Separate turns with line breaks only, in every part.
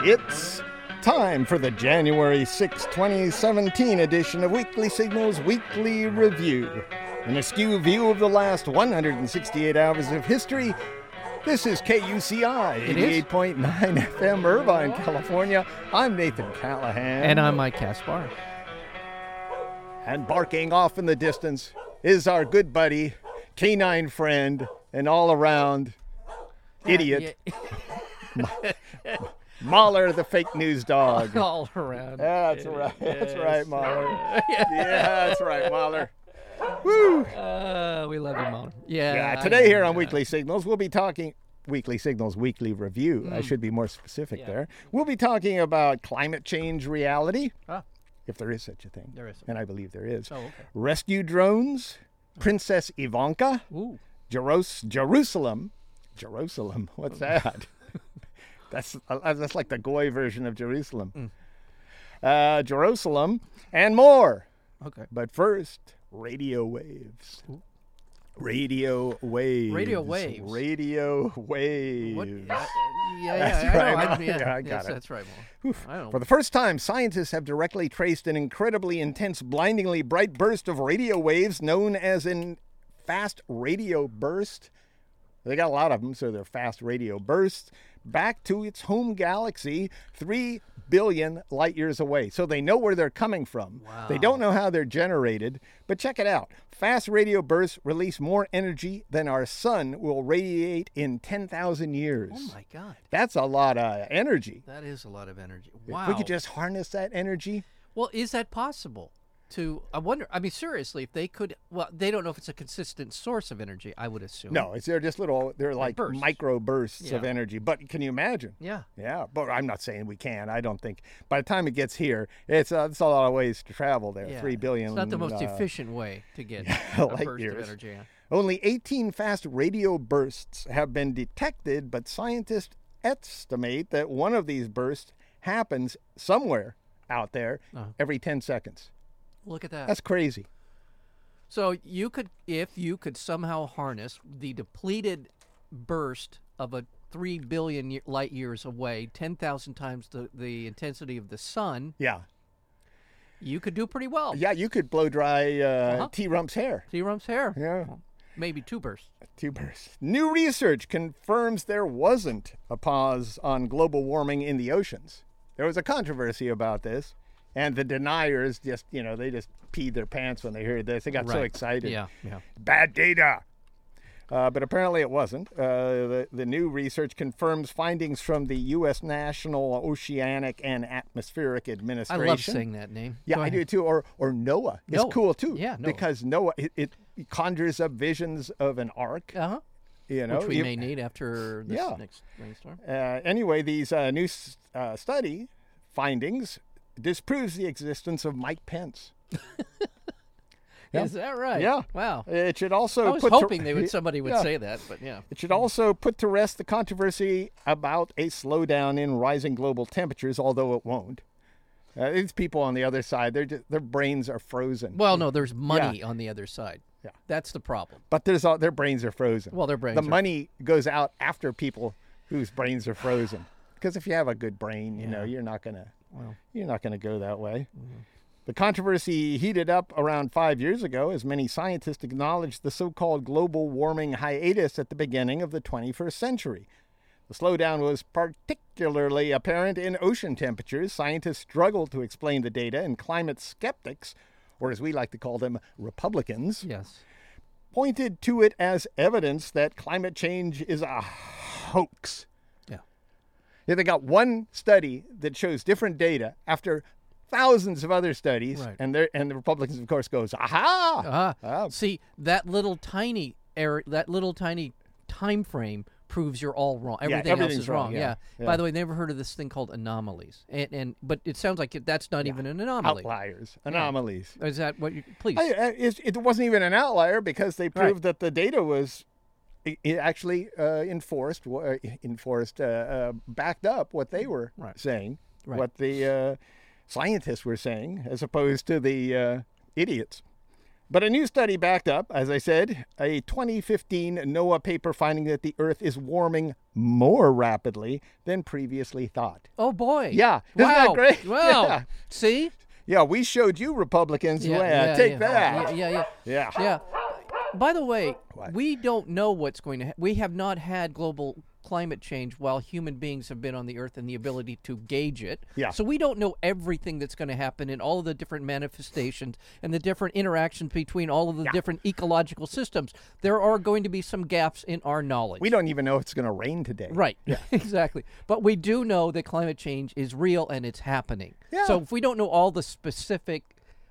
It's time for the January 6, 2017 edition of Weekly Signals Weekly Review. An askew view of the last 168 hours of history. This is KUCI
It is?
88.9 FM, Irvine, California. I'm Nathan Callahan.
And I'm Mike Caspar.
And barking off in the distance is our good buddy, canine friend, and all around idiot, Mahler the fake news dog.
Yeah, all around.
Yeah, That's right. That's right, Mahler. Yeah, that's right, Mahler. Woo!
Uh, we love you, Mom. Yeah.
Yeah,
I
today
know,
here on
yeah.
Weekly Signals, we'll be talking Weekly Signals Weekly Review. I should be more specific there. We'll be talking about climate change reality,
Ah,
if there is such a thing.
There is such
And I believe there is.
Oh, okay. Oh.
Rescue drones, Princess Ivanka,
ooh.
Jeros- Jerusalem. Jerusalem. What's that? that's uh, that's like the goy version of Jerusalem. Uh, Jerusalem and more.
Okay.
But first, radio waves. Radio waves.
waves.
Radio waves.
What? I- yeah, yeah,
That's
I know,
right,
I-
Mom.
yeah,
Yeah, I
yes,
got it.
That's right, Mom. I don't
For the first time, scientists have directly traced an incredibly intense, blindingly bright burst of radio waves known as an fast radio burst. They got a lot of them, so they're fast radio bursts back to its home galaxy, 3 billion light years away. So they know where they're coming from. They don't know how they're generated, but check it out. Fast radio bursts release more energy than our sun will radiate in 10,000 years.
Oh my God,
That's a lot of energy.
that is a lot of energy.
If
Wow.
we could just harness that energy.
Well, is that possible? To I wonder. I mean, seriously, if they could. Well, they don't know if it's a consistent source of energy. I would assume.
No, it's they're just little. They're like
bursts.
micro bursts of
Yeah.
energy. But can you imagine?
Yeah.
Yeah, but I'm not saying we can. I don't think. By the time it gets here, it's uh, it's a lot of ways to travel there.
yeah.
Three billion.
It's not the most
uh,
efficient way to get a
light
burst
years.
of energy. yeah.
Only 18 fast radio bursts have been detected, but scientists estimate that one of these bursts happens somewhere out there
Uh-huh.
every 10 seconds.
Look at that.
That's crazy.
So you could, if you could somehow harness the depleted burst of a three billion ye- light years away, ten thousand times the the intensity of the sun,
Yeah.
you could do pretty well.
Yeah, you could blow dry uh,
Uh-huh.
T Rump's hair.
T. Rump's hair,
Yeah.
maybe two bursts.
Two bursts. New research confirms there wasn't a pause on global warming in the oceans. There was a controversy about this, and the deniers just, you know, they just peed their pants when they heard this. They got so
Right.
excited.
Yeah, yeah.
Bad data. Uh, but apparently it wasn't. Uh, the, the new research confirms findings from the U.S. National Oceanic and Atmospheric
I
Administration.
love saying that name.
Yeah,
Go
I
ahead.
do too. Or or Noah. It's
Noah.
cool too.
Yeah, Noah.
because Noah it, it conjures up visions of an ark.
Uh-huh.
You know,
Which we
You-
may need after this
Oh, Yeah.
next rainstorm.
uh, anyway, these uh, new s- uh, study findings disproves the existence of Mike Pence. Yeah.
Is that right?
Yeah.
Wow.
It should also
I was
put to-
hoping they would somebody would
Yeah.
say that, but yeah.
It should also put to rest the controversy about a slowdown in rising global temperatures, although it won't. Uh, these people on the other side, they're ju- their brains are frozen.
Well, no, there's money on the other side.
Yeah.
That's the problem.
but there's all, their brains are frozen.
Well, their brains
The
are-
money goes out after people whose brains are frozen. Because if you have a good brain, you know you're not gonna you're not gonna go that way.
Mm-hmm.
The controversy heated up around five years ago as many scientists acknowledged the so-called global warming hiatus at the beginning of the 21st century. The slowdown was particularly apparent in ocean temperatures. Scientists struggled to explain the data, and climate skeptics, or as we like to call them, Republicans,
Yes.
pointed to it as evidence that climate change is a hoax.
Yeah.
Yeah, they got one study that shows different data after thousands of other studies,
Right.
and they and the Republicans, of course, goes, aha,
Ah,
Ah.
see that little tiny error, that little tiny time frame proves you're all wrong. Everything else
everything's
is
wrong,
wrong.
yeah,
Yeah.
yeah.
By the way, never heard of this thing called anomalies, and and but it sounds like it, that's not even an anomaly.
outliers, anomalies.
Is that what you? Please.
I, I- it, it wasn't even an outlier because they proved that the data was i i- actually uh, enforced, wha- uh, enforced, uh, uh, backed up what they were
Right.
saying,
Right.
what the uh, scientists were saying, as opposed to the uh, idiots. But a new study backed up, as I said, a 2015 NOAA paper finding that the Earth is warming more rapidly than previously thought.
Oh boy.
Yeah. Isn't
wow.
that great?
Wow.
Yeah.
See?
Yeah, we showed you Republicans. Yeah, take
yeah.
that.
Yeah, yeah,
Yeah.
yeah. yeah. By the way,
What?
we don't know what's going to. Ha- we have not had global climate change while human beings have been on the Earth and the ability to gauge it.
Yeah.
So we don't know everything that's going to happen in all of the different manifestations and the different interactions between all of the different ecological systems. There are going to be some gaps in our knowledge.
We don't even know if it's going to rain today.
Right. exactly. But we do know that climate change is real and it's happening. So
Yeah.
if we don't know all the specific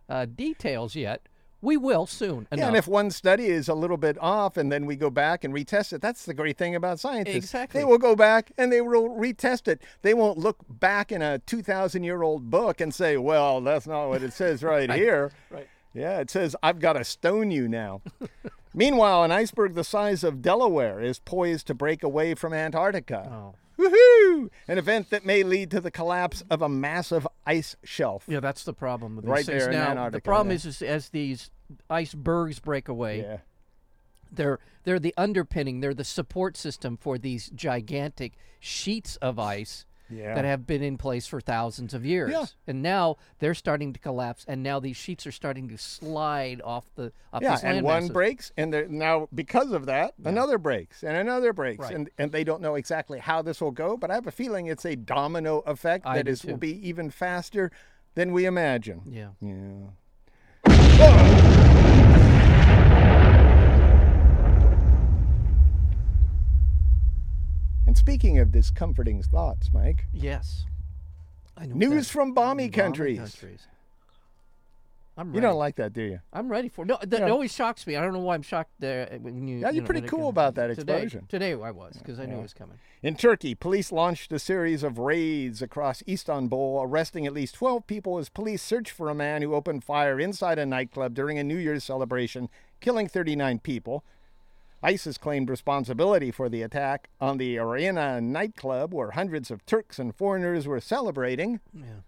uh, details yet, we will soon.
Yeah,
enough.
and if one study is a little bit off and then we go back and retest it, that's the great thing about scientists.
Exactly.
They will go back and they will retest it. They won't look back in a 2,000 year old book and say, well, that's not what it says right, here.
right.
Yeah, it says, I've got to stone you now. Meanwhile, an iceberg the size of Delaware is poised to break away from Antarctica.
Oh.
Woohoo! An event that may lead to the collapse of a massive ice shelf.
Yeah, that's the problem with these
Right
things.
there in
now, the
Antarctica,
problem
yeah.
is, is as these icebergs break away,
Yeah.
they're they're the underpinning, they're the support system for these gigantic sheets of ice
Yeah.
that have been in place for thousands of years.
Yeah.
And now they're starting to collapse and now these sheets are starting to slide off the off
Yeah,
these
and
land
one
masses.
breaks, and there- now because of that, another breaks, and another breaks,
Right.
and and they don't know exactly how this will go. But I have a feeling it's a domino effect
I
that
do
is will
too.
be even faster than we imagine.
Yeah.
Yeah. And speaking of discomforting thoughts, Mike,
Yes. I know what
news
that-
from balmy
Mommy
countries.
countries. I'm
You
ready.
don't like that, do you?
I'm ready for. No, that
Yeah.
always shocks me. I don't know why I'm shocked there. uh, When you,
Yeah,
you
you're
know,
pretty
when it
cool
comes-
about that
today-
explosion.
Today, I was because I knew it was coming.
In Turkey, police launched a series of raids across Istanbul, arresting at least 12 people as police search for a man who opened fire inside a nightclub during a New Year's celebration, killing 39 people. ISIS claimed responsibility for the attack on the Arena nightclub, where hundreds of Turks and foreigners were celebrating.
Yeah,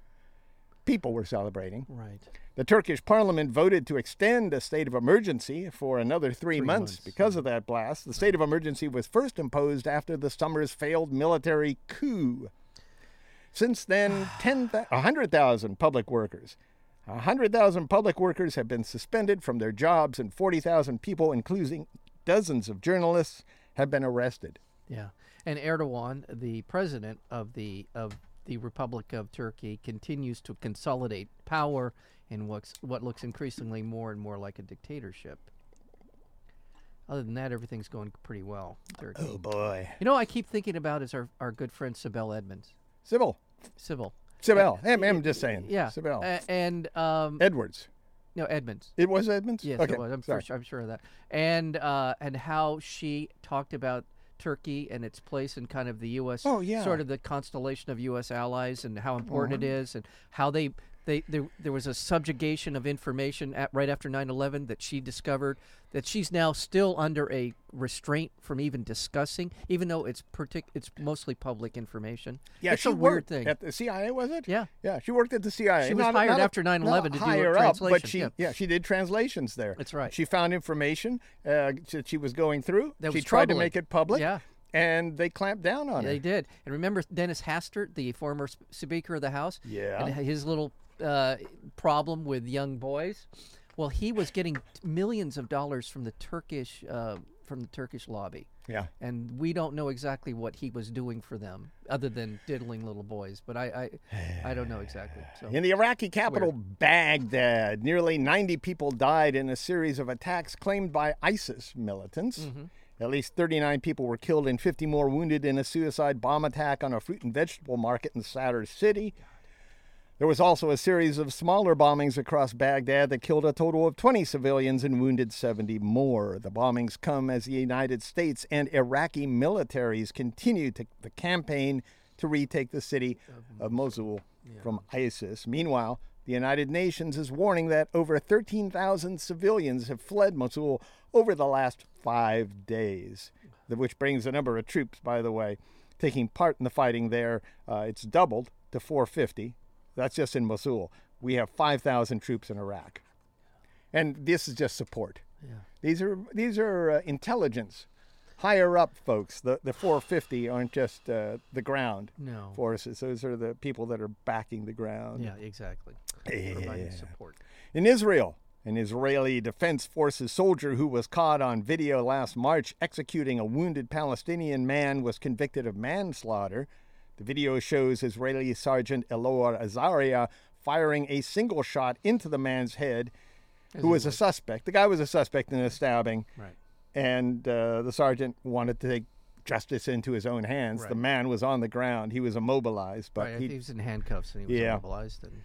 People were celebrating.
right.
The Turkish parliament voted to extend a state of emergency for another three, months, because of that blast. The state of emergency was first imposed after the summer's failed military coup. Since then, 10, thou- 100,000 public workers. 100,000 public workers have been suspended from their jobs, and 40,000 people, including dozens of journalists, have been arrested.
Yeah, and Erdogan, the president of the of the Republic of Turkey, continues to consolidate power in what's what looks increasingly more and more like a dictatorship. Other than that, everything's going pretty well. in Turkey.
Oh, boy.
You know, I keep thinking about is our, our good friend Sibel Edmonds,
Sybil.
Sybil.
Sybil. I'm, I'm just saying.
Uh, Yeah, Uh,
Sybil.
a- and um,
Edwards.
no Edmonds.
It was Edmonds?
Yes,
okay.
it was. I'm,
sorry.
for sure, I'm sure of that. And uh, and how she talked about Turkey and its place in kind of the U.S.
Oh, yeah. Uh-huh.
sort of the constellation of U.S. allies and how important it is and how they. They, there, there was a subjugation of information at, right after 9-11 that she discovered that she's now still under a restraint from even discussing even though it's partic- it's mostly public information
Yeah,
it's
she
a weird
worked
thing
At the CIA, was it?
Yeah.
Yeah, she worked at the CIA.
She was hired after 9/11 to do
higher Up,
translation,
but she,
yeah.
she did translations there.
That's right.
She found information uh, that she was going through.
That
she
was
tried to
troubling.
make it public.
Yeah.
And they clamped down on
Uh, They
it.
did. And remember Dennis Hastert, the former s- Speaker of the House?
Yeah.
And his little uh, problem with young boys? Well, he was getting t- millions of dollars from the Turkish uh, from the Turkish lobby.
Yeah.
And we don't know exactly what he was doing for them, other than diddling little boys. But I, I, I don't know exactly. So
In the Iraqi capital Baghdad, nearly 90 people died in a series of attacks claimed by ISIS militants.
Mm-hmm.
At least 39 people were killed and 50 more wounded in a suicide bomb attack on a fruit and vegetable market in Sadr City. There was also a series of smaller bombings across Baghdad that killed a total of 20 civilians and wounded 70 more. The bombings come as the United States and Iraqi militaries continue to, the campaign to retake the city of Mosul from ISIS. Meanwhile, the United Nations is warning that over 13,000 civilians have fled Mosul over the last five days, th- which brings the number of troops, by the way, taking part in the fighting there. Uh, it's doubled to 450. That's just in Mosul. We have 5,000 troops in Iraq. and this is just support.
Yeah.
These are these are uh, intelligence, higher up folks. The the 450 aren't just uh, the ground
No.
forces. Those are the people that are backing the ground.
Yeah, exactly.
Yeah.
Providing support.
In Israel, an Israeli Defense Forces soldier who was caught on video last March executing a wounded Palestinian man was convicted of manslaughter. The video shows Israeli Sergeant Elor Azaria firing a single shot into the man's head, who was a suspect. The guy was a suspect in a stabbing,
Right.
and uh, the sergeant wanted to take justice into his own hands. The man was on the ground; he was immobilized, but
Right. I
he
think he was in handcuffs and he was
Yeah.
immobilized. And,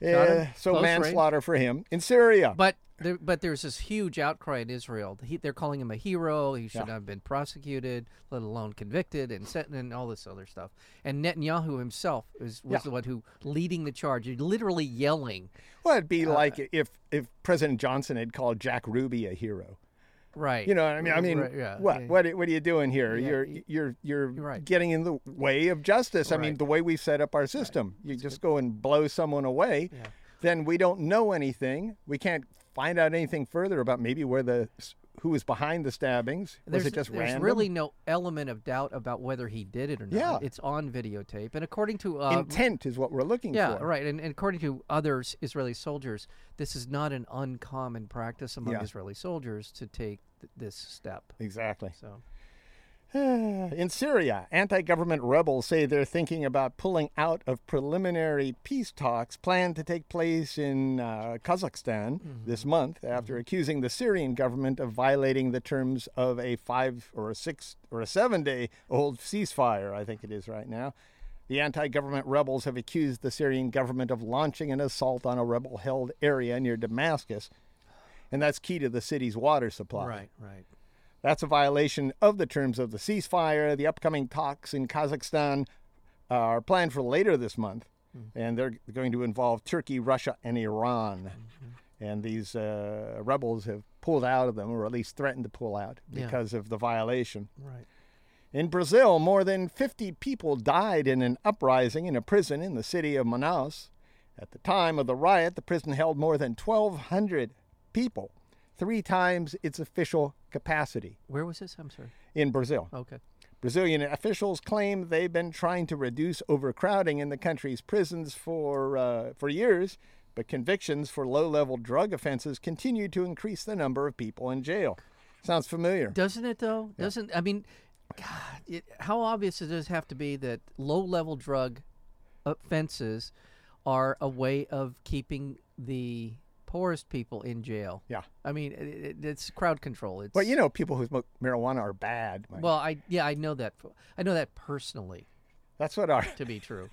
Yeah,
him.
eh, so
Close range.
manslaughter for him in Syria.
but there, but there's this huge outcry in Israel. He, they're calling him a hero. He should not have been prosecuted, let alone convicted, and sent and all this other stuff. And Netanyahu himself is, was
Yeah.
the one who leading the charge, literally yelling,
Well, it'd
Uh,
be like if if President Johnson had called Jack Ruby a hero.
right?
You know, what I mean, I mean,
Right, yeah,
what
yeah.
what what are you doing here? you're you're you're
right.
getting in the way of justice. I mean,
Right.
the way we've set up our system. You just go and blow someone away, then we don't know anything. We can't find out anything further about maybe where the who was behind the stabbings. Was
There's,
it just
there's
random?
really no element of doubt about whether he did it or not.
Yeah.
It's on videotape. And according to uh,
intent is what we're looking
Yeah,
for.
right. And, and according to other s- Israeli soldiers, this is not an uncommon practice among
Yeah.
Israeli soldiers to take th- this step.
Exactly.
So,
In Syria, anti government rebels say they're thinking about pulling out of preliminary peace talks planned to take place in uh, Kazakhstan this month after accusing the Syrian government of violating the terms of a five or a six or a seven day old ceasefire, I think it is right now. The anti government rebels have accused the Syrian government of launching an assault on a rebel held area near Damascus, and that's key to the city's water supply.
right, right.
That's a violation of the terms of the ceasefire. The upcoming talks in Kazakhstan uh, are planned for later this month, and they're going to involve Turkey, Russia, and Iran. And these uh, rebels have pulled out of them, or at least threatened to pull out
Yeah.
because of the violation.
Right.
In Brazil, more than 50 people died in an uprising in a prison in the city of Manaus. At the time of the riot, the prison held more than 1,200 people, three times its official capacity
Where was this? I'm sorry.
in Brazil.
Okay.
Brazilian officials claim they've been trying to reduce overcrowding in the country's prisons for uh, for years, but convictions for low-level drug offenses continue to increase the number of people in jail. Sounds familiar.
Doesn't it though? Doesn't I mean, God, it, how obvious does this have to be that low-level drug offenses are a way of keeping the poorest people in jail?
Yeah.
I mean, it, it, it's crowd control. It's
But you know, people who smoke marijuana are bad. Mike.
well, I yeah, I know that. f- I know that personally
that's what our
to be true.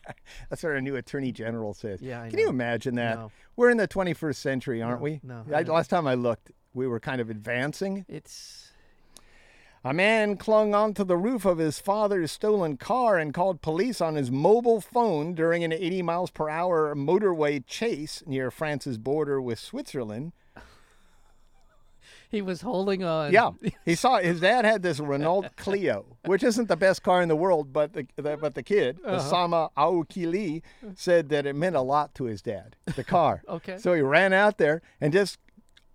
that's what our new attorney general says.
Yeah, I
Can you
know.
imagine that?
No.
We're in the 21st century, aren't we?
no,
I,
I know.
last time I looked, we were kind of advancing.
It's
A man clung onto the roof of his father's stolen car and called police on his mobile phone during an 80 miles per hour motorway chase near France's border with Switzerland.
He was holding on.
Yeah, he saw his dad had this Renault Clio, which isn't the best car in the world, but the, the but the kid,
Uh-huh.
Osama Aoukili, said that it meant a lot to his dad, the car.
Okay.
So he ran out there and just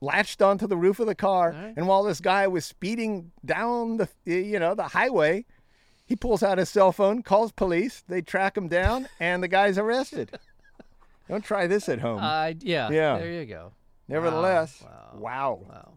latched onto the roof of the car,
right.
and while this guy was speeding down the you know the highway, he pulls out his cell phone, calls police, they track him down, and the guy's arrested. Don't try this at home.
I yeah.
Yeah.
There you go.
Nevertheless,
Uh, wow,
wow.
Wow.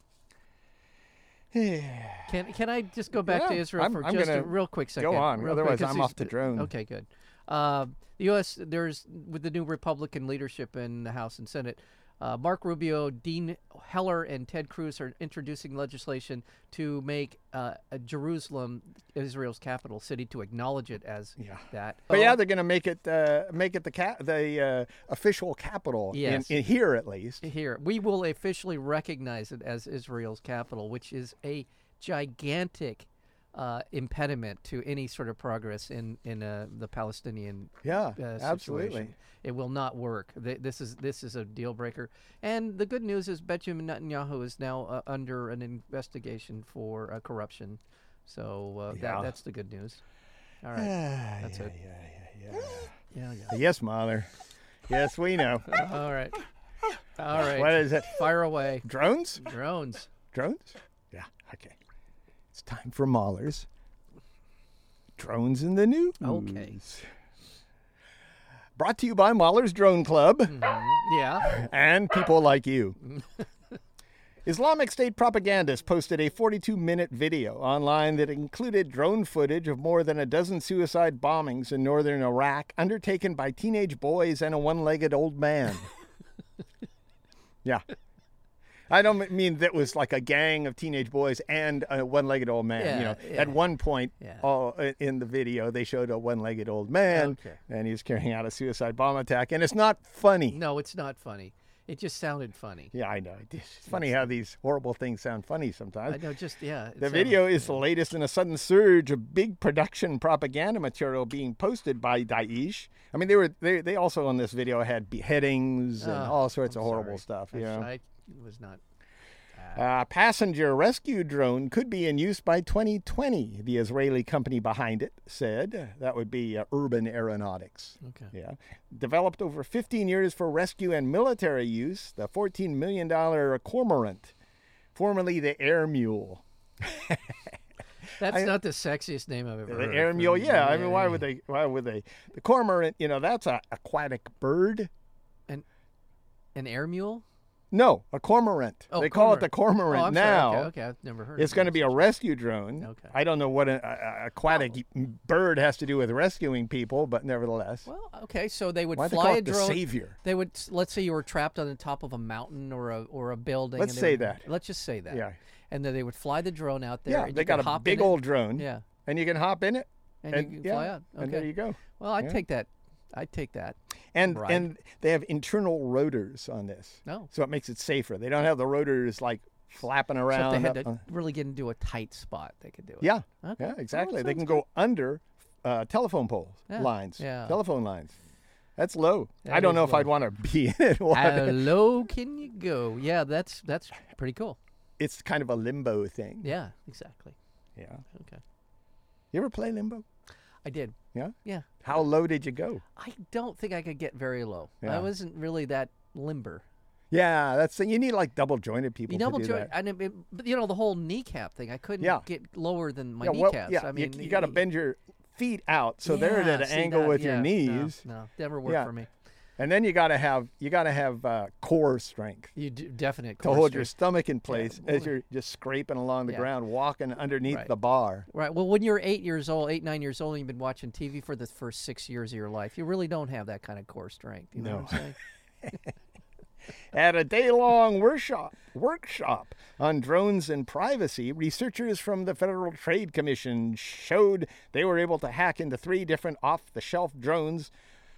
Can can I just go back to
Yeah,
Israel
I'm-
for
I'm
just a
gonna
real quick second?
on,
real
otherwise
'cause
I'm
these-
off the drone.
Okay, good. Uh, the U.S. There's with the new Republican leadership in the House and Senate. Uh, Mark Rubio, Dean Heller, and Ted Cruz are introducing legislation to make uh, uh, Jerusalem Israel's capital city to acknowledge it as that.
But yeah, they're going to make it uh, make it the ca- the uh, official capital
Yes.
in, in here at least.
here. We will officially recognize it as Israel's capital, which is a gigantic uh, impediment to any sort of progress in in uh, the Palestinian
Yeah,
uh, situation.
absolutely.
It will not work. Th- This is this is a deal breaker. And the good news is Benjamin Netanyahu is now uh, under an investigation for uh, corruption. So uh,
Yeah.
that, that's the good news. All right.
That's
it.
yeah, yeah,
Yeah,
yeah. yes, mother. Yes, we know.
yeah. All right. All right.
What is it?
Fire away.
Drones?
Drones.
Drones? Yeah. Okay. It's time for Maulers. Drones in the news.
Okay.
Brought to you by Mahler's Drone Club
Yeah.
and people like you. Islamic State propagandists posted a 42 minute video online that included drone footage of more than a dozen suicide bombings in northern Iraq undertaken by teenage boys and a one legged old man. yeah. I don't mean that was like a gang of teenage boys and a one legged old man. you
Yeah,
know,
yeah.
at one point
Yeah.
all in the video, they showed a one legged old man
Okay.
and he was carrying out a suicide bomb attack. And it's not funny.
No, it's not funny. It just sounded funny.
Yeah, I know. It's funny how these horrible things sound funny sometimes.
I know. Just yeah. it
The
sounded-
video is the latest in a sudden surge of big production propaganda material being posted by Daesh. I mean, they were they, they also on this video had beheadings and
Oh,
all sorts
I'm
of horrible
sorry.
stuff.
I-
You know,
I was not.
uh, passenger rescue drone could be in use by 2020. The Israeli company behind it said that would be uh, Urban Aeronautics.
Okay.
Yeah. Developed over 15 years for rescue and military use, the $14 million cormorant, formerly the air mule.
That's not the sexiest name I've ever
The
heard.
air mule, yeah. I mean, why would they? Why would they? The cormorant, you know, that's a aquatic bird.
An air mule?
No, a cormorant.
Oh,
they call it the cormorant
oh, I'm
now.
Sorry. Okay, okay, I've never heard.
It's
of
going to
that.
be a rescue drone.
Okay.
I don't know what an a, a aquatic bird has to do with rescuing people, but nevertheless,
Well, okay, so they would
why they
fly
call
a
it the
drone.
savior?
They would. Let's say you were trapped on the top of a mountain or a or a building.
Let's
and they
say
would-
that.
Let's just say that.
Yeah.
And then they would fly the drone out there.
Yeah,
and
they
you could
got a
hop in
big
it.
old drone.
Yeah.
and you can hop in it,
And, you can
yeah,
fly out. Okay.
and there you go.
Well, I'd take that. I'd take that.
and
Right. Oh.
and they have internal rotors on this.
No.
So it makes it safer. They don't have the rotors like flapping
Except
around.
they had
up
to
on-
really get into a tight spot. They could do it.
yeah,
Okay.
yeah,
Well, that
exactly. they
sounds
can go under uh, telephone poles
Yeah,
lines,
yeah.
telephone lines. That's low. I
That
don't
is
know if
low.
I'd want to be in it. Well,
How low can you go? Yeah, that's that's pretty cool.
It's kind of a limbo thing.
Yeah, exactly.
yeah.
Okay.
You ever play limbo?
I did.
Yeah.
Yeah.
How low did you go?
I don't think I could get very low.
Yeah.
I wasn't really that limber.
Yeah, that's you need like double jointed people
You double
to do
joint,
that.
and it, it- but you know the whole kneecap thing. I couldn't
Yeah.
get lower than my
yeah, well,
kneecaps.
yeah.
I
you-
mean,
you, got to
y-
bend your feet out so they're
yeah,
at an
see
angle
that,
with your
yeah, no,
knees.
No, never worked
Yeah.
for me.
And then you got to have you got to have uh, core strength
You do, definite
to
core
hold your
strength.
stomach in place as
boy.
you're just scraping along the
Yeah.
ground, walking underneath
Right.
the bar.
right. Well, when you're eight years old, eight nine years old, and you've been watching TV for the first six years of your life, you really don't have that kind of core strength. You know what I'm saying?
At a day-long workshop workshop on drones and privacy, researchers from the Federal Trade Commission showed they were able to hack into three different off-the-shelf drones,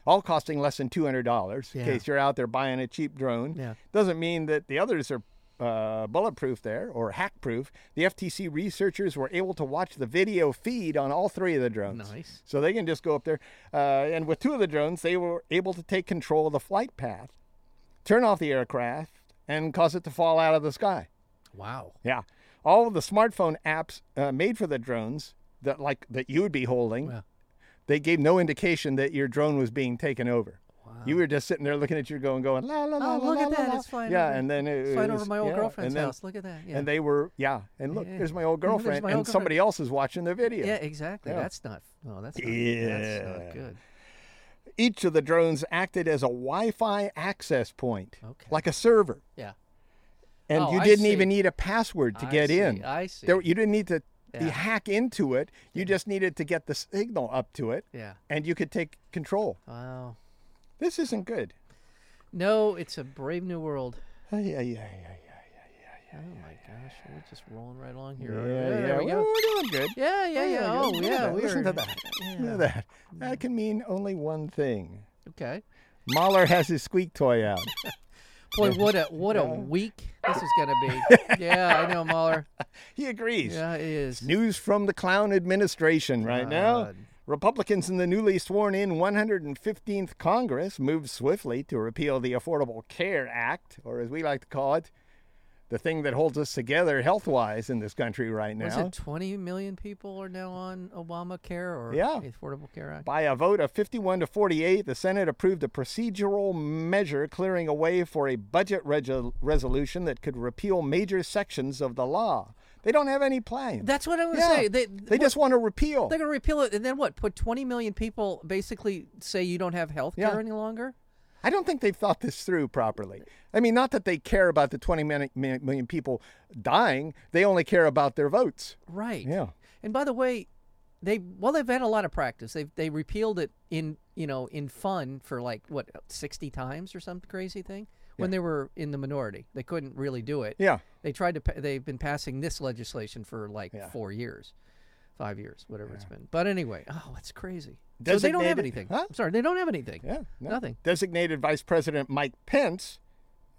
all costing less than two hundred dollars. In
Yeah.
case you're out there buying a cheap drone,
Yeah.
doesn't mean that the others are uh, bulletproof there or hack-proof. The FTC researchers were able to watch the video feed on all three of the drones.
Nice.
So they can just go up there. Uh, and with two of the drones, they were able to take control of the flight path, turn off the aircraft, and cause it to fall out of the sky.
Wow.
Yeah. All of the smartphone apps uh, made for the drones that like that you would be holding,
Yeah.
they gave no indication that your drone was being taken over. You were just sitting there looking at your drone, going la la la la
Oh, look
la,
at
la,
that.
la.
It's flying
Yeah,
over-
and then it
Flying
was-
over my old
Uh, yeah,
girlfriend's
and then-
house. Look at that. Yeah.
And they were yeah, and look,
Yeah.
there's my old
Look, there's
girlfriend,
my
and
old girlfriend.
somebody else is watching the video.
yeah, exactly.
Yeah.
That's not. No, that's not. That's
Yeah.
not good.
Each of the drones acted as a Wi-Fi access point,
Okay.
like a server,
Yeah.
and
Oh,
you
I
didn't
see.
even need a password to
I
get
see,
in.
I see.
There, you didn't need to the
Yeah.
hack into it. You just needed to get the signal up to it,
Yeah.
and you could take control.
Wow.
This isn't good.
No, it's a brave new world.
Ay, ay, ay, ay, ay.
Oh my gosh, we're just rolling right along here.
Yeah,
aren't we?
yeah,
there we
we're,
go.
we're doing good.
Yeah, yeah, yeah.
We're
Oh,
doing good. Look at
yeah.
that.
we
Listen to
are-
that. Look
yeah.
at that. That can mean only one thing.
Okay.
Mahler has his squeak toy out.
Boy, what a what a week this is gonna be. yeah, I know, Mahler.
He agrees.
Yeah, it is.
News from the clown administration right now.
God.
Republicans in the newly sworn in 115th Congress moved swiftly to repeal the Affordable Care Act, or as we like to call it, the thing that holds us together health wise in this country right
Was
now
it 20 million people are now on Obamacare or
Yeah.
the Affordable Care Act?
By a vote of 51 to 48, the Senate approved a procedural measure clearing a way for a budget reg- resolution that could repeal major sections of the law. They don't have any plan.
That's what I was
Yeah.
saying. They,
They just want to repeal.
they're going to repeal it, and then what? Put 20 million people basically say you don't have health care
Yeah.
any longer?
I don't think they've thought this through properly. I mean, not that they care about the 20 mil- mil- million people dying, they only care about their votes.
Right.
Yeah.
And by the way, they well they've had a lot of practice. They they repealed it in you know in fun for like what sixty times or some crazy thing when they were in the minority. They couldn't really do it.
Yeah.
They tried to. pa- They've been passing this legislation for like
Yeah.
four years, five years, whatever it's been. But anyway, oh, it's crazy. So they don't have
Designated-
anything.
Huh?
I'm sorry, they don't have anything.
Yeah, no.
Nothing.
Designated Vice President Mike Pence,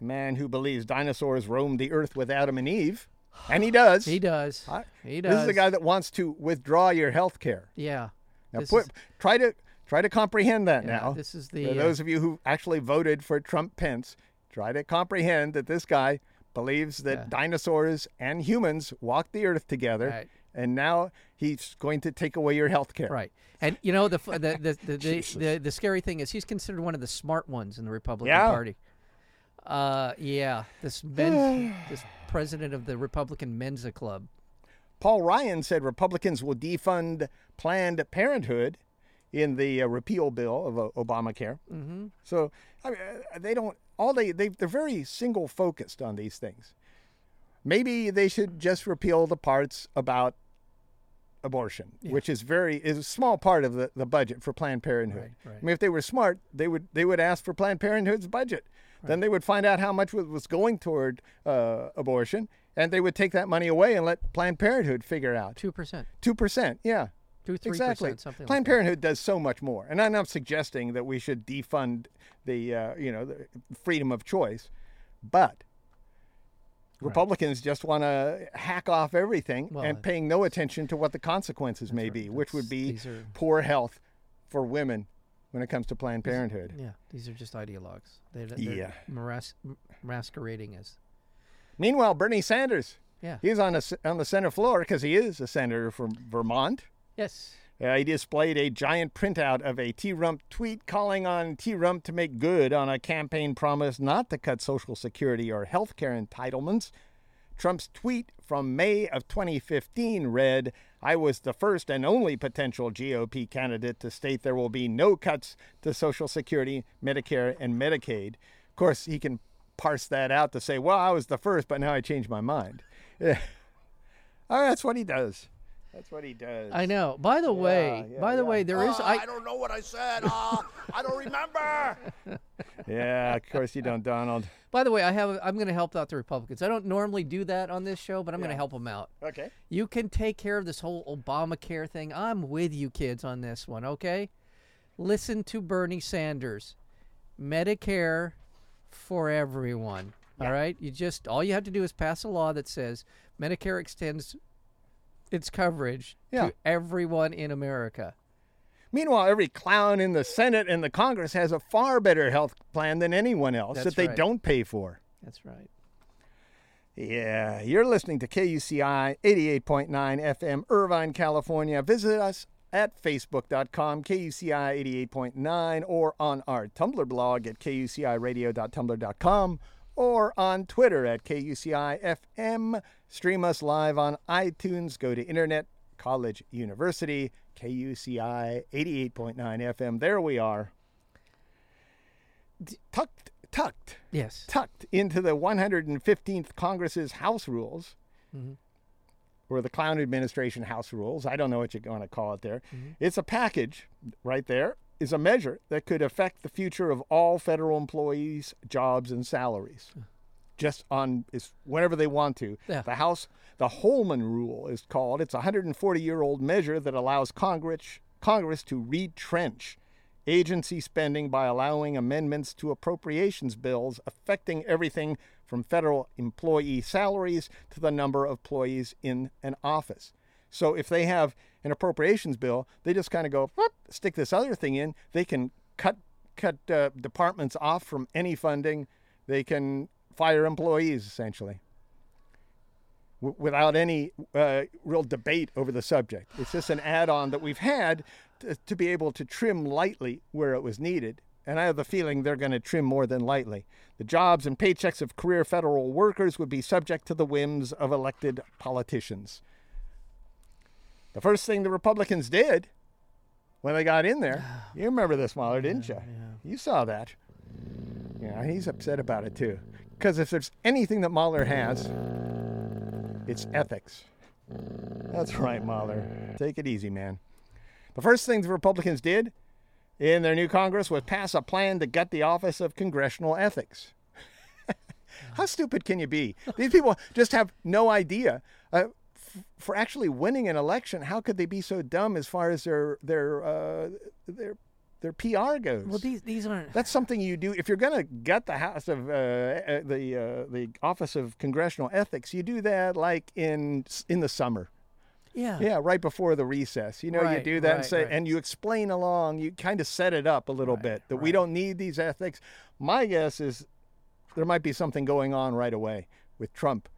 a man who believes dinosaurs roamed the earth with Adam and Eve, and he does.
He does.
I-
He does.
This is a guy that wants to withdraw your health care.
Yeah.
Now,
This
put,
is-
try to try to comprehend that
yeah,
now.
This is
For
the. uh,
those of you who actually voted for Trump Pence, try to comprehend that this guy believes that
Yeah.
dinosaurs and humans walked the earth together,
Right.
and now he's going to take away your health care.
Right, and you know the f- the the the, the, the the scary thing is he's considered one of the smart ones in the Republican
Yeah.
Party. Uh, yeah, this men, this president of the Republican Men's Club.
Paul Ryan said Republicans will defund Planned Parenthood in the uh, repeal bill of uh, Obamacare. Mm-hmm. So I mean, uh, they don't. All they, they they're very single focused on these things. Maybe they should just repeal the parts about abortion, which is very is a small part of the, the budget for Planned Parenthood.
Right, right.
I mean, if they were smart, they would they would ask for Planned Parenthood's budget. Then they would find out how much was- was going toward uh, abortion, and they would take that money away and let Planned Parenthood figure out
Two percent,
two percent. Yeah,
two three
exactly.
percent, something.
Planned
like
Parenthood does so much more, and I'm not suggesting that we should defund the uh, you know the freedom of choice, but Republicans just want to hack off everything
Well,
and paying no attention to what the consequences may
right.
be, which would
That's-
be
these are-
poor health for women when it comes to Planned Parenthood.
that. Yeah, these are just ideologues. They're, they're
Yeah.
maras- m- masquerading as.
Meanwhile, Bernie Sanders,
Yeah.
he's on a, s- on the Senate floor because he is a senator from Vermont.
Yes.
Uh, he displayed a giant printout of a T Rump tweet calling on T Rump to make good on a campaign promise not to cut Social Security or health care entitlements. Trump's tweet from May of 2015 read I was the first and only potential GOP candidate to state there will be no cuts to Social Security, Medicare, and Medicaid. Of course, he can parse that out to say, Well, I was the first, but now I changed my mind. Yeah. Oh, that's what he does. That's what he does.
I know. By the way,
yeah,
by the way, there is. I,
don't know what Ah, I said. Ah, I don't remember.
yeah, of course you don't, Donald.
by the way, I have. I'm going to help out the Republicans. I don't normally do that on this show, but I'm going to help them out.
Okay.
You can take care of this whole Obamacare thing. I'm with you kids on this one, okay? Listen to Bernie Sanders. Medicare for everyone. All right? You just all you have to do is pass a law that says Medicare extends its coverage
Yeah.
to everyone in America.
Meanwhile, every clown in the Senate and the Congress has a far better health plan than anyone else
That's
that they
right.
don't pay for.
That's right.
Yeah, you're listening to KUCI 88.9 FM, Irvine, California. Visit us at facebook.com, KUCI 88.9, or on our Tumblr blog at kuciradio.tumblr.com, or on Twitter at KUCI FM. Stream us live on iTunes. Go to Internet College University, KUCI 88.9 FM. There we are. Tucked, tucked
Yes.
tucked into the 115th Congress's House rules, or the Clown Administration House rules. I don't know what you're going to call it there. It's a package right there, is a measure that could affect the future of all federal employees' jobs and salaries. Just on is whenever they want to.
Yeah.
The House, the Holman Rule is called. It's a 140 year old measure that allows Congress Congress to retrench agency spending by allowing amendments to appropriations bills affecting everything from federal employee salaries to the number of employees in an office. So if they have an appropriations bill, they just kind of go, "Whoop," stick this other thing in. They can cut cut uh, departments off from any funding. They can fire employees essentially. w- without any uh, real debate over the subject. It's just an add on that we've had to, to be able to trim lightly where it was needed. And I have the feeling they're going to trim more than lightly. The jobs and paychecks of career federal workers would be subject to the whims of elected politicians. The first thing the Republicans did when they got in there, you remember this, Mahler, didn't you? You saw that. Yeah, he's upset about it too. Because if there's anything that Mahler has, it's ethics. That's right, Mahler. Take it easy, man. The first thing the Republicans did in their new Congress was pass a plan to gut the Office of Congressional Ethics. How stupid can you be? These people just have no idea. Uh, f- for actually winning an election, how could they be so dumb as far as their their uh, their their PR goes?
Well, these these aren't.
That's something you do if you're going to gut the House of uh, uh, the uh, the Office of Congressional Ethics. You do that like in in the summer.
Yeah.
Yeah, right before the recess. You know, you
Right,
do that and
right,
say,
right.
and you explain along. You kind of set it up a little bit that we don't need these ethics. My guess is there might be something going on right away with Trump.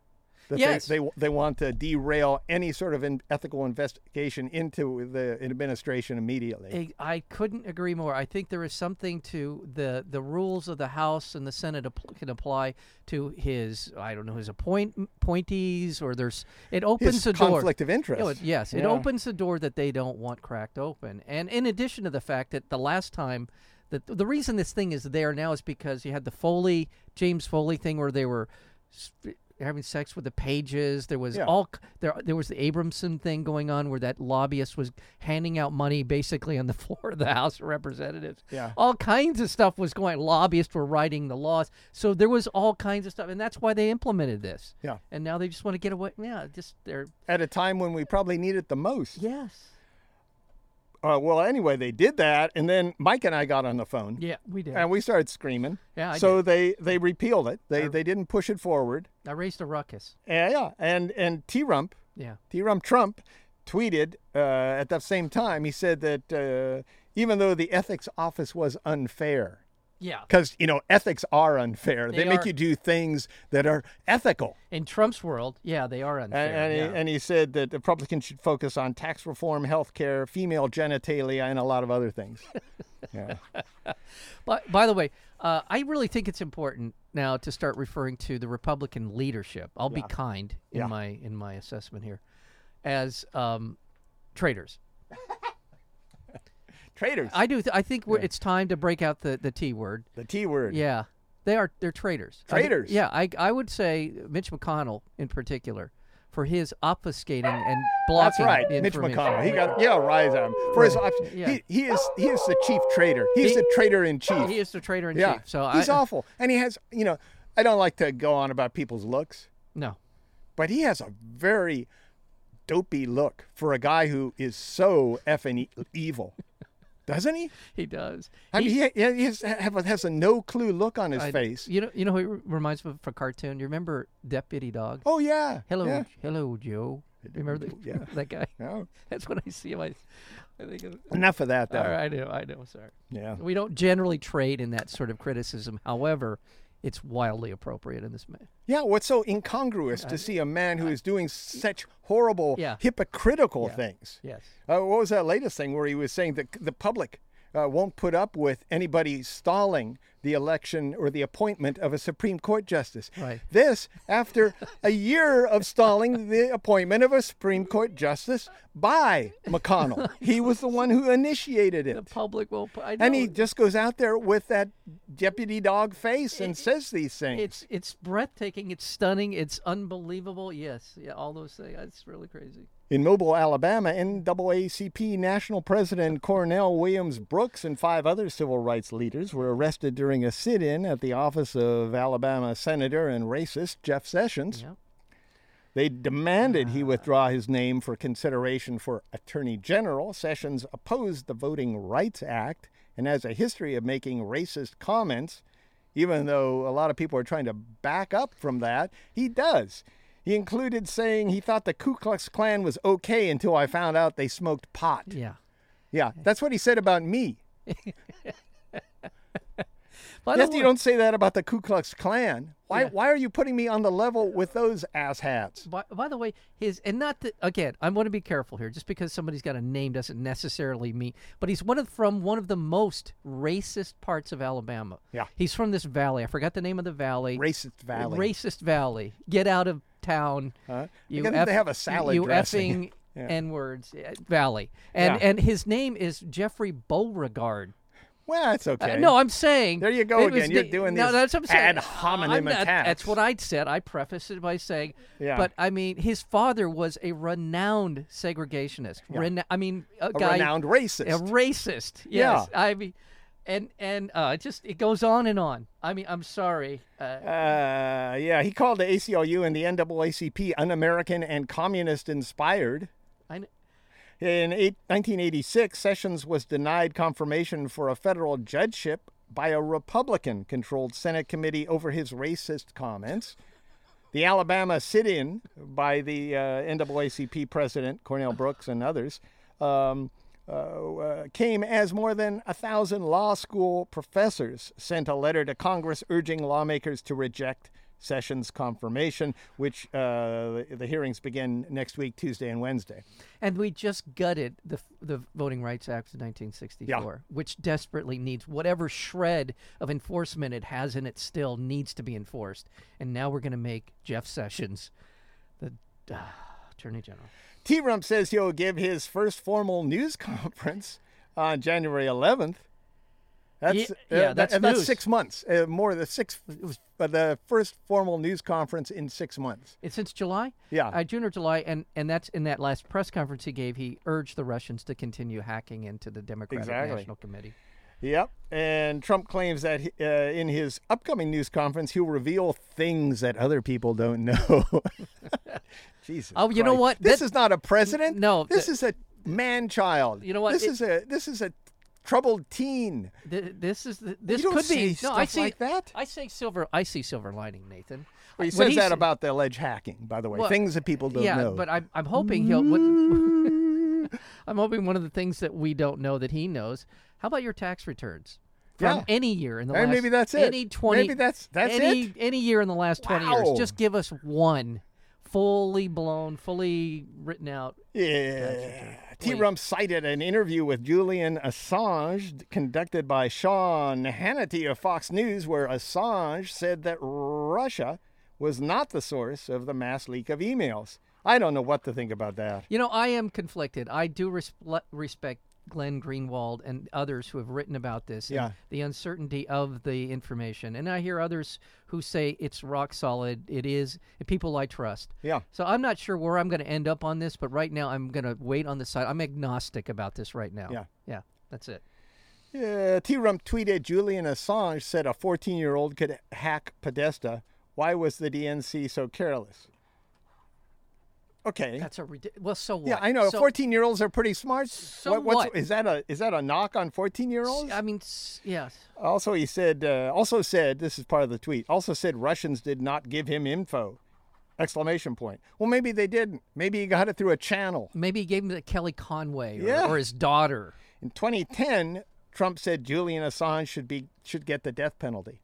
That
Yes.
they, they they want to derail any sort of in, ethical investigation into the administration immediately.
I, I couldn't agree more. I think there is something to the the rules of the House and the Senate apl- can apply to his I don't know his appoint appointees or there's it opens
His
a door
conflict of interest.
You know, it- yes, it
Yeah.
opens a door that they don't want cracked open. And in addition to the fact that the last time that the reason this thing is there now is because you had the Foley James Foley thing where they were. sp- Having sex with the pages, there was
Yeah.
all c- there. There was the Abramson thing going on, where that lobbyist was handing out money basically on the floor of the House of Representatives.
Yeah.
all kinds of stuff was going. Lobbyists were writing the laws, so there was all kinds of stuff, and that's why they implemented this.
Yeah.
and now they just want to get away. Yeah, just they're
at a time when we probably need it the most.
yes.
Uh, well, anyway, they did that, and then Mike and I got on the phone,
Yeah, we did.
and we started screaming.
Yeah, I
so they they repealed it. They they didn't push it forward.
I raised a ruckus.
Yeah, yeah. And and T Rump,
Yeah.
T Rump Trump, tweeted uh, at that same time. He said that uh, even though the ethics office was unfair,
Yeah.
because you know ethics are unfair. They,
They
make
are-
you do things that are ethical.
In Trump's world, yeah, they are unfair.
And, and,
yeah.
he, and he said that Republicans should focus on tax reform, health care, female genitalia, and a lot of other things. yeah.
But by the way, uh, I really think it's important now to start referring to the Republican leadership. I'll be kind in
Yeah.
my in my assessment here, as um, traitors.
Traitors.
I do. Th- I think we're, it's time to break out the the T word.
the T word.
Yeah, they are. They're traitors. I thi-
Traitors.
yeah, I I would say Mitch McConnell in particular for his obfuscating and blocking.
That's right,
the
Mitch
information.
McConnell. He got yeah, rise on him for his option.
Yeah.
He, he is he is the chief traitor. He's
He-
the traitor in chief.
He is the traitor in
yeah,
chief. So
he's
I,
awful, and he has you know. I don't like to go on about people's looks,
No.
but he has a very dopey look for a guy who is so effing e- evil, doesn't he?
He does.
I mean, he, he he has, have a, has a no clue look on his
I-
face.
You know, you know who it re- reminds me of a cartoon. You remember Deputy Dog?
Oh yeah,
hello,
yeah.
hello, Joe. Remember the,
yeah.
that guy?
Yeah.
That's when I see him. I, I think. Of,
Enough of that, though.
all right, I know, I know. Sorry.
Yeah.
We don't generally trade in that sort of criticism. However, it's wildly appropriate in this man.
Yeah, what's so incongruous to see a man who is doing such horrible,
Yeah.
hypocritical things?
Yes.
Uh, what was that latest thing where he was saying that c- the public uh, won't put up with anybody stalling the election or the appointment of a Supreme Court justice?
Right.
This after a year of stalling the appointment of a Supreme Court justice by McConnell. He was the one who initiated it.
The public will. pu- I know,
and he just goes out there with that deputy dog face and says these things.
It's it's breathtaking. It's stunning. It's unbelievable. Yes. Yeah. All those things. It's really crazy.
In Mobile, Alabama, NAACP National President Cornell Williams Brooks and five other civil rights leaders were arrested during a sit in at the office of Alabama Senator and racist Jeff Sessions.
Yep.
They demanded
Ah.
he withdraw his name for consideration for Attorney General. Sessions opposed the Voting Rights Act and has a history of making racist comments, even though a lot of people are trying to back up from that. He does. He included saying he thought the Ku Klux Klan was okay until I found out they smoked pot.
Yeah.
Yeah, that's what he said about me.
By the
Yes, you
way-
don't say that about the Ku Klux Klan. Why?
Yeah.
Why are you putting me on the level with those asshats?
By, by the way, his and not that again. I'm going to be careful here. Just because somebody's got a name doesn't necessarily mean. But he's one of from one of the most racist parts of Alabama.
Yeah.
he's from this valley. I forgot the name of the valley.
Racist Valley.
Racist valley. Get out of town. Huh? You
Because they have a salad
You
dressing.
effing n words. Valley. And
Yeah.
and his name is Jeffrey Beauregard.
Well, it's
Uh,
okay.
no, I'm saying
There you go
it was
again. You're
the-
doing
no,
these
that's what I'm saying.
ad hominem
I'm not-
attacks.
That's what I said. I prefaced it by saying,
Yeah.
but I mean, his father was a renowned segregationist. Rena- I mean, a,
a
guy,
renowned racist.
a racist. Yes,
Yeah.
I mean, and and uh, it just it goes on and on. I mean, I'm sorry. Uh,
Uh, yeah, he called the ACLU and the NAACP un-American and communist-inspired.
I, kn-
In eight, 1986, Sessions was denied confirmation for a federal judgeship by a Republican controlled Senate committee over his racist comments. The Alabama sit in by the uh, NAACP president, Cornell Brooks, and others um, uh, uh, came as more than a thousand law school professors sent a letter to Congress urging lawmakers to reject Sessions' confirmation, which uh, the, the hearings begin next week, Tuesday and Wednesday.
and we just gutted the the Voting Rights Act of 1964, which desperately needs whatever shred of enforcement it has in it still needs to be enforced. And now we're going to make Jeff Sessions the uh, Attorney General.
T Rump says he'll give his first formal news conference on January 11th. That's, uh,
Ye- yeah,
that-
that's
and
news.
six months. Uh, more the six, uh, the first formal news conference in six months.
It's since July,
Yeah.
uh, June or July, and and that's in that last press conference he gave. He urged the Russians to continue hacking into the Democratic
Exactly.
National Committee.
Yep. And Trump claims that uh, in his upcoming news conference, he'll reveal things that other people don't know. Jesus.
Oh, you know
Christ.
what?
This
That-
is not a president.
No,
This
that-
is a man child.
You know what?
This
It-
is a this is a troubled teen.
Th- this is the, this
don't
could
say
be no. I
stuff
see
like that.
I say silver. I see silver lining, Nathan.
Well, he says
When he
that
s-
about the alleged hacking, by the way.
Well,
Things that people don't
yeah,
know.
but I'm I'm hoping he'll. What, I'm hoping one of the things that we don't know that he knows. How about your tax returns from
Yeah.
any year in the
Hey,
last
maybe that's it.
any twenty
Maybe that's- that's
any,
it?
any year in the last twenty years.
Wow.
Just give us one fully blown, fully written out.
Yeah. T Rump cited an interview with Julian Assange d- conducted by Sean Hannity of Fox News, where Assange said that Russia was not the source of the mass leak of emails. I don't know what to think about that.
You know, I am conflicted. I do resple- respect Glenn Greenwald and others who have written about this. and
Yeah.
The uncertainty of the information, and I hear others who say it's rock solid. It is and people I trust.
Yeah.
So I'm not sure where I'm going to end up on this, but right now I'm going to wait on the side. I'm agnostic about this right now.
Yeah.
Yeah. That's it.
Yeah, T Rump tweeted Julian Assange said a 14 year old could hack Podesta. Why was the DNC so careless? Okay.
That's a ridiculous. Well, so what?
Yeah, I know.
So,
Fourteen year olds are pretty smart.
So what?
is that a is that a knock on fourteen year olds?
I mean, s- yes.
Also, he said. Uh, also said. This is part of the tweet. Also said Russians did not give him info. Exclamation point. Well, maybe they didn't. Maybe he got it through a channel.
Maybe he gave him to Kelly Conway or,
Yeah.
or his daughter.
In 2010, Trump said Julian Assange should be should get the death penalty.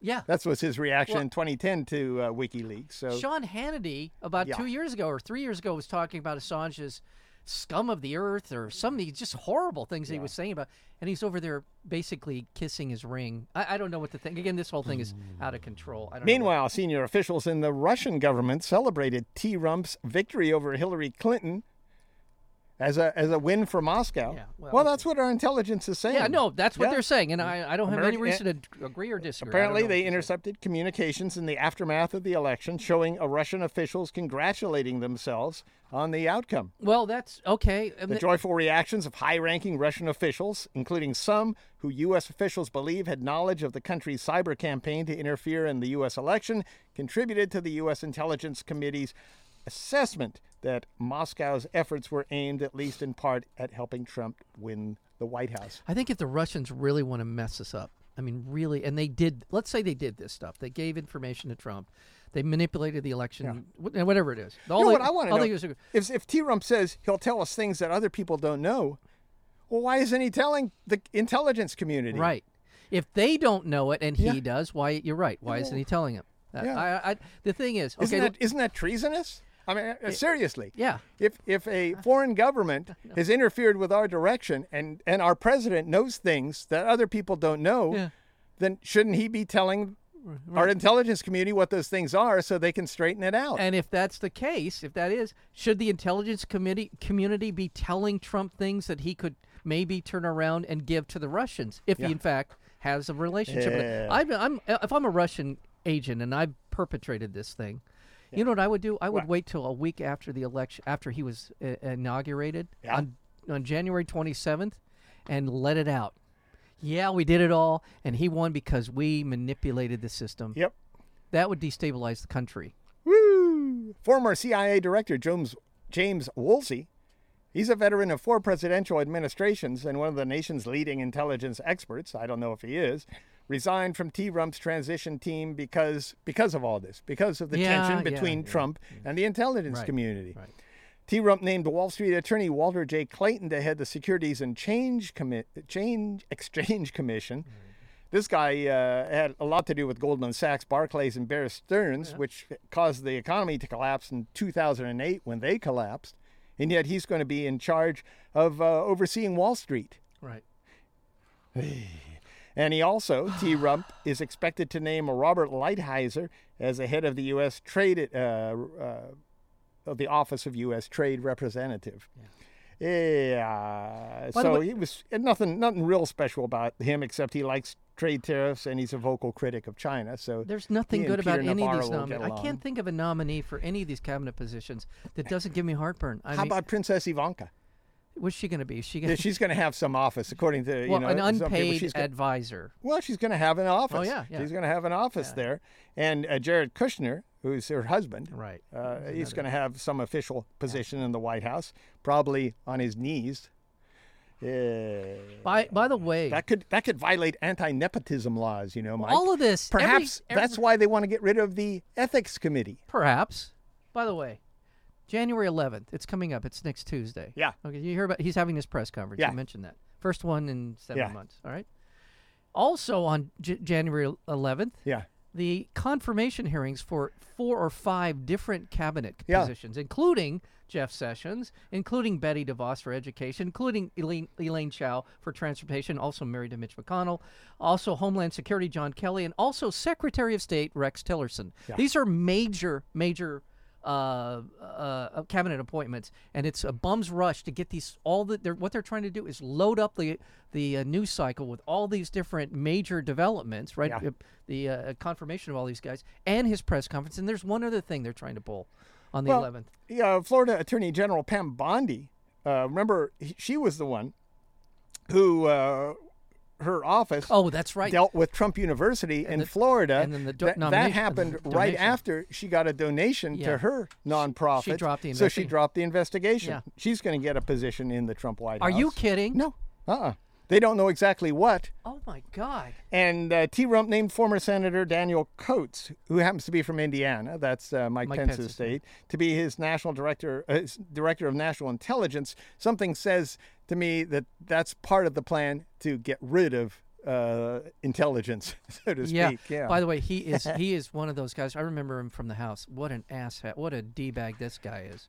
Yeah.
That was his reaction
Well-
in 2010 to uh, WikiLeaks. So
Sean Hannity about
Yeah.
two years ago or three years ago was talking about Assange's scum of the earth or something just horrible things he was saying about and he's over there basically kissing his ring i, I don't know what to think again this whole thing is out of control i don't know what-
Meanwhile, senior officials in the Russian government celebrated T Rump's victory over Hillary Clinton as a as a win for Moscow.
Yeah, well,
well, that's what our intelligence is saying.
Yeah, no, that's what
Yeah.
they're saying, and I, I don't have any
America-
reason to d- agree or disagree. I don't
Apparently,
know
they
what to say.
intercepted communications in the aftermath of the election showing a Russian officials congratulating themselves on the outcome.
Well, that's okay. and
The
th-
joyful reactions of high ranking Russian officials, including some who U.S. officials believe had knowledge of the country's cyber campaign to interfere in the U.S. election, contributed to the U.S. Intelligence Committee's assessment that Moscow's efforts were aimed, at least in part, at helping Trump win the White House.
I think if the Russians really want to mess us up, I mean, really, and they did. Let's say they did this stuff. They gave information to Trump. They manipulated the election, wh- and whatever it is. All
You know
they-
what I want
all
to
they
know?
do is-
If, if T Rump says he'll tell us things that other people don't know, well, why isn't he telling the intelligence community?
Right. If they don't know it and he
Yeah.
does, why you're right. Why isn't he telling him? That-
Yeah.
I, I, the thing is, okay,
Isn't, that, isn't that treasonous? I mean, uh, seriously.
yeah.
If if a foreign government has interfered with our direction and and our president knows things that other people don't know,
Yeah.
then shouldn't he be telling our intelligence community what those things are so they can straighten it out?
And if that's the case, if that is, should the intelligence committee community be telling Trump things that he could maybe turn around and give to the Russians if he in fact has a relationship? with
Yeah.
them? I'm, I'm if I'm a Russian agent and I've perpetrated this thing, you know what I would do? I would wait till a week after the election, after he was uh, inaugurated on on January 27th, and let it out. Yeah, we did it all, and he won because we manipulated the system.
yep.
That would destabilize the country.
Woo! Former CIA Director James, James Woolsey. He's a veteran of four presidential administrations and one of the nation's leading intelligence experts. I don't know if he is. Resigned from T. Rump's transition team because because of all this, because of the
Yeah,
tension
yeah,
between Trump and the intelligence community.
right.
T. Rump named Wall Street attorney Walter J. Clayton to head the Securities and Change Commi- Change Exchange Commission. This guy uh, had a lot to do with Goldman Sachs, Barclays, and Bear Stearns, which caused the economy to collapse in 2008 when they collapsed. And yet he's going to be in charge of uh, overseeing Wall Street.
Right.
And he also, T. Rump, is expected to name Robert Lighthizer as the head of the U.S. Trade, uh, uh, of the Office of U.S. Trade Representative. Yeah.
By the
So
way-
he was nothing, nothing real special about him except he likes trade tariffs and he's a vocal critic of China. So
There's nothing
he and
good about
Peter
any of these
Navarro will get
nominees. I
along.
can't think of a nominee for any of these cabinet positions that doesn't give me heartburn. I
How
mean,
about Princess Ivanka?
what's she going to be? Is she
Yeah,
going to
She's going to have some office, according to you
well,
know
an
some people.
unpaid
She's gonna-
advisor?
Well, she's going to have an office.
yeah, yeah.
She's going to have an office there. And uh, Jared Kushner, who's her husband,
Right.
uh, he's going to have some official position in the White House, probably on his knees. Yeah.
By by the way,
That could that could violate anti nepotism laws, you know, Mike.
all of this every-
Perhaps
every-
that's why they want to get rid of the ethics committee.
perhaps. By the way, January 11th. It's coming up. It's next Tuesday.
Yeah.
Okay. You hear about? He's having his press conference.
Yeah.
You mentioned that first one in seven
Yeah.
months. All right. Also on J- January 11th,
Yeah.
the confirmation hearings for four or five different cabinet
Yeah.
positions, including Jeff Sessions, including Betty DeVos for education, including Elaine, Elaine Chao for transportation, also married to Mitch McConnell, also Homeland Security John Kelly, and also Secretary of State Rex Tillerson. These are major, major uh, uh, cabinet appointments, and it's a bum's rush to get these. All that they're what they're trying to do is load up the the uh, news cycle with all these different major developments, right?
Yeah.
The uh, confirmation of all these guys and his press conference, and there's one other thing they're trying to pull on the
Well,
11th.
Yeah, Florida Attorney General Pam Bondi. Uh, remember, he- she was the one who uh, her office
Oh, that's right.
dealt with Trump University in
the-
Florida.
and then the do-
Tha- that,
nomination-
happened
the
right
donation.
after she got a donation
Yeah.
to her nonprofit.
dropped the
so she
investi-
dropped the investigation.
Yeah.
She's going to get a position in the Trump White
Are
House.
you kidding?
No. Uh. uh They don't know exactly what.
Oh my God.
And uh, T. Rump named former Senator Daniel Coates, who happens to be from Indiana, that's uh, Mike,
Mike
Pence's
Pence's
state, to be his national director, uh, his director of national intelligence. Something says to me that that's part of the plan to get rid of uh, intelligence, so to speak.
Yeah.
yeah.
By the way, he is he is one of those guys. I remember him from the house. What an asshat. What a d bag this guy is.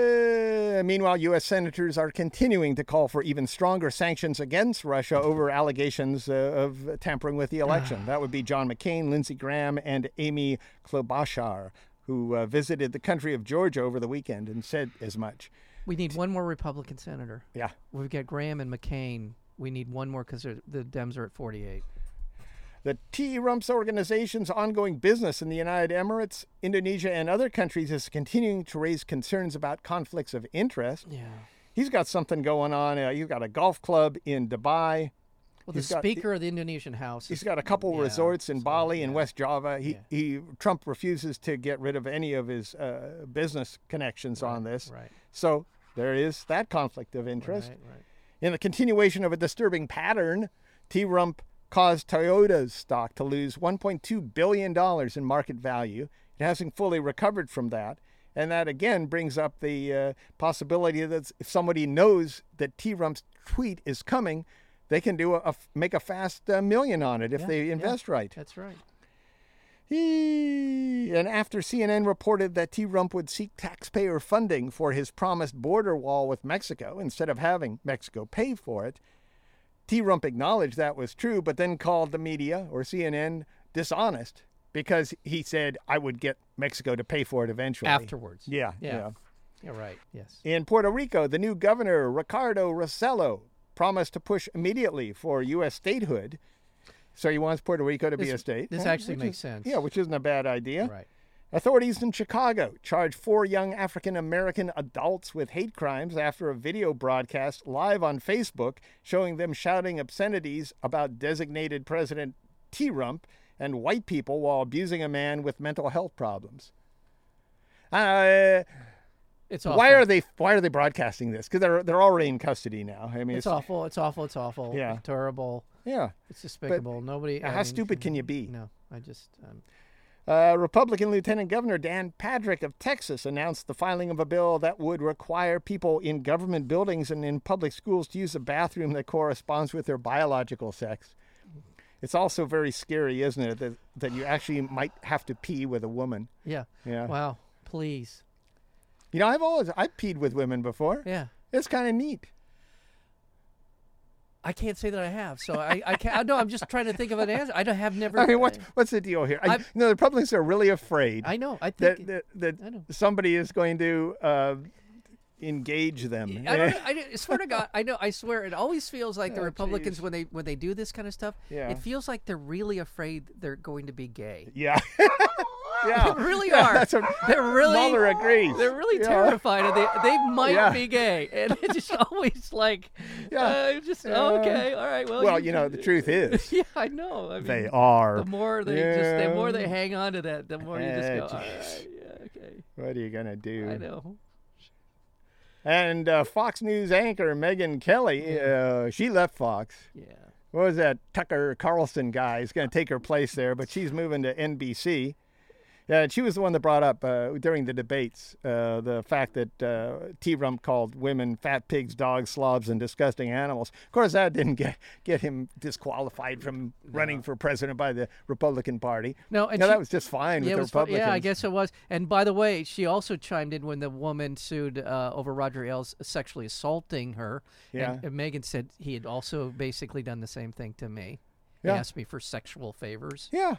Uh, meanwhile, U.S. senators are continuing to call for even stronger sanctions against Russia over allegations uh, of tampering with the election. that would be John McCain, Lindsey Graham, and Amy Klobuchar, who uh, visited the country of Georgia over the weekend and said as much.
We need one more Republican senator.
Yeah.
We've got Graham and McCain. We need one more because the Dems are at 48.
The T. E Rumps organization's ongoing business in the United Emirates, Indonesia, and other countries is continuing to raise concerns about conflicts of interest.
Yeah.
He's got something going on. Uh, he's got a golf club in Dubai.
Well,
He's
the
got-
Speaker of the Indonesian House.
He's
is-
got a couple
yeah,
resorts in
so,
Bali
yeah.
and West Java. He,
yeah.
he Trump refuses to get rid of any of his uh, business connections on this.
right.
So there is that conflict of
Right,
interest.
right.
In the continuation of a disturbing pattern, T Rump caused Toyota's stock to lose $1.2 billion in market value. It hasn't fully recovered from that. And that again brings up the uh, possibility that if somebody knows that T Rump's tweet is coming, They can do a, a f- make a fast uh, million on it if they invest right.
That's right.
Eee. And after CNN reported that T. Rump would seek taxpayer funding for his promised border wall with Mexico instead of having Mexico pay for it, T. Rump acknowledged that was true, but then called the media or CNN dishonest because he said, I would get Mexico to pay for it eventually.
Afterwards.
Yeah,
Yeah.
yeah.
You're right. Yes.
In Puerto Rico, the new governor, Ricardo Rossello, promised to push immediately for U.S. statehood. So he wants Puerto Rico to be a
This-
state.
this
Yeah,
actually
which
makes
is-
sense.
Yeah, which isn't a bad idea.
Right.
Authorities in Chicago charged four young African American adults with hate crimes after a video broadcast live on Facebook showing them shouting obscenities about designated President T Rump and white people while abusing a man with mental health problems. Uh,
It's awful.
why are they why are they broadcasting this? Because they're they're already in custody now. I mean,
It's
it's,
awful. It's awful. It's awful.
Yeah.
It's terrible.
yeah.
It's despicable. Nobody. I
How
mean,
stupid can you be?
No. I just. Um,
Uh, Republican Lieutenant Governor Dan Patrick of Texas announced the filing of a bill that would require people in government buildings and in public schools to use a bathroom that corresponds with their biological sex. It's also very scary, isn't it, that, that you actually might have to pee with a woman.
yeah.
Yeah.
Wow. Please.
You know, I've always I peed with women before.
Yeah.
It's kind of neat.
I can't say that I have. So I. I can't. No. I'm just trying to think of an answer. I don't have never.
I mean, what's what's the deal here? I,
I've-
no, the Republicans are really afraid
I know. I
that
think.
that, that
I know.
somebody is going to uh, engage them.
I, don't, I don't- swear to God, I know. I swear, it always feels like the Republicans when they when they do this kind of stuff.
Oh, Yeah.
It feels like they're really afraid they're going to be gay.
yeah. yeah.
They really
Yeah,
are.
that's a-
they're really.
Mueller agrees.
They're really
Yeah.
terrified, and they they might
Yeah.
be gay, and it's just always like,
Yeah.
uh, just
Yeah.
okay, all right, well,
Well, you know, the truth is
yeah, I know. I mean,
they are.
The more they just, the more they
Yeah.
hang on to that, the more you just
Yeah,
go, all
jeez.
right, yeah, okay,
What are you gonna do?
I know.
And uh, Fox News anchor Megan Kelly, uh, she left Fox.
Yeah,
What was that Tucker Carlson guy? He's gonna take her place there, but she's moving to NBC. Yeah, she was the one that brought up uh, during the debates uh, the fact that uh, T. Rump called women fat pigs, dogs, slobs, and disgusting animals. Of course, that didn't get, get him disqualified from running for president by the Republican Party.
No, and she-
that was just fine
yeah, it
with the
was fun-
Republicans.
yeah, I guess it was. And by the way, she also chimed in when the woman sued uh, over Roger Ailes sexually assaulting her.
Yeah.
and, and Megan said he had also basically done the same thing to me.
Yeah.
He asked me for sexual favors.
Yeah.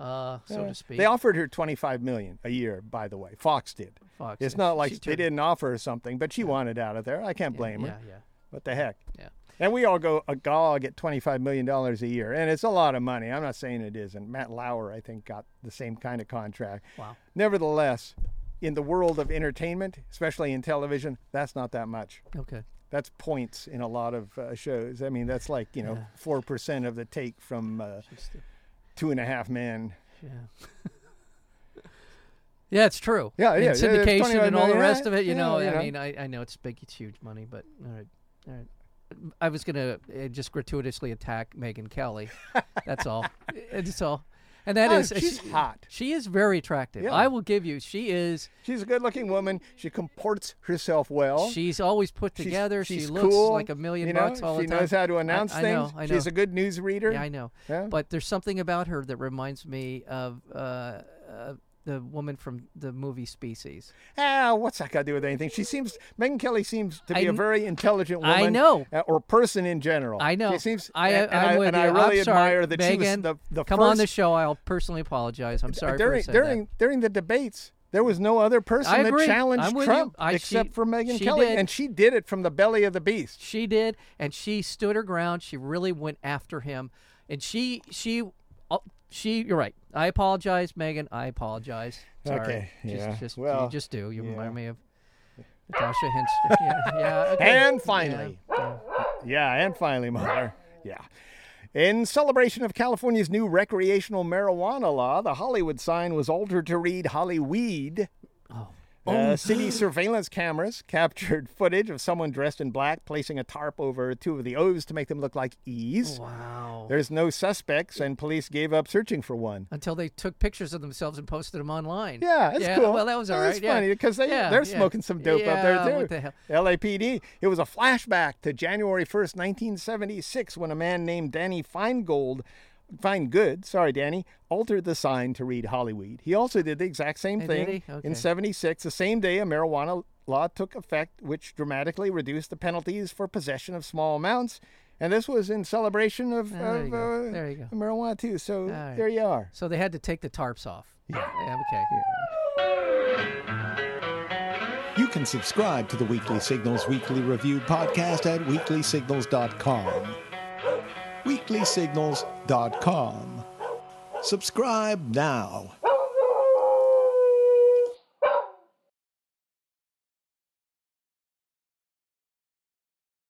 uh, so
Yeah.
to speak.
They offered her 25 million a year, by the way. Fox did.
Fox,
It's
yeah.
not like
She
they
turned-
didn't offer her something, but she wanted out of there. I can't blame
yeah,
her.
yeah,
What the heck?
yeah.
And we all go agog at 25 million dollars a year, and it's a lot of money. I'm not saying it isn't. Matt Lauer, I think, got the same kind of contract.
Wow.
Nevertheless, in the world of entertainment, especially in television, that's not that much.
Okay.
That's points in a lot of uh, shows. I mean, that's like you know four percent of the take from uh, Two and a Half Men.
Yeah. yeah, it's true.
Yeah, yeah,
And
yeah, it's
syndication
25
and all the
million,
rest of it. You
yeah,
know,
you
I
know.
mean, I, I know it's big, it's huge money, but all right, all right. I was gonna uh, just gratuitously attack Megan Kelly. That's all. Uh, That's all. And that
Oh,
is uh,
she's
she-
hot.
She is very attractive.
Yeah.
I will give you. She is.
She's a good-looking woman. She comports herself well.
She's always put together. she
Oh. she's
looks
cool,
like a million
you know?
bucks all
she
the time.
knows how to
I-
announce
I
things.
know, I
She's
know.
a good news reader.
Yeah, I know.
Yeah.
But there's something about her that reminds me of uh, uh, the woman from the movie Species.
Ah, what's that got to do with anything? She seems Megan Kelly seems to be
I
a
kn-
very intelligent woman.
I know.
uh, or person in general.
I know.
She seems.
I, uh,
and, and
I'm with
and I
you.
really
I'm sorry.
admire that she
Megan,
was the, the
come
first
on the show. I'll personally apologize. I'm sorry
during
for saying
during
that.
during the debates. There was no other person
I
that
agree. I'm
challenged
with you.
Trump
I- she-
except for Megan
she
Kelly,
did.
and she did it from the belly of the beast.
She did, and she stood her ground. She really went after him, and she she oh, she. You're right. I apologize, Megan. I apologize. Sorry.
Okay,
Just,
yeah.
just
Well,
you just do. You
yeah.
remind me of Natasha Hinch. yeah. yeah okay.
And
Yeah.
finally, Yeah, and finally, Mueller. Yeah. In celebration of California's new recreational marijuana law, the Hollywood sign was altered to read Hollyweed.
Oh.
Uh, city surveillance cameras captured footage of someone dressed in black placing a tarp over two of the O's to make them look like E's.
Oh. Wow.
There's no suspects, and police gave up searching for one.
Until they took pictures of themselves and posted them online.
Yeah, it's cool.
Well, that was all
That's
right. yeah.
funny because they
Yeah,
they're
yeah.
smoking some dope up there
Yeah,
too.
What the hell?
LAPD. It was a flashback to January 1st, 1976, when a man named Danny Feingold, Feingood, sorry Danny, altered the sign to read Hollyweed. He also did the exact same
Hey,
thing
Oh, did he? Okay.
in 76, the same day a marijuana law took effect, which dramatically reduced the penalties for possession of small amounts. And this was in celebration of,
Ah, there
of,
you go.
uh,
There you go.
marijuana too. So
right.
there you are.
So they had to take the tarps off. Yeah. okay.
You can subscribe to the Weekly Signals Weekly Review podcast at weeklysignals.com. Weeklysignals.com. Subscribe now.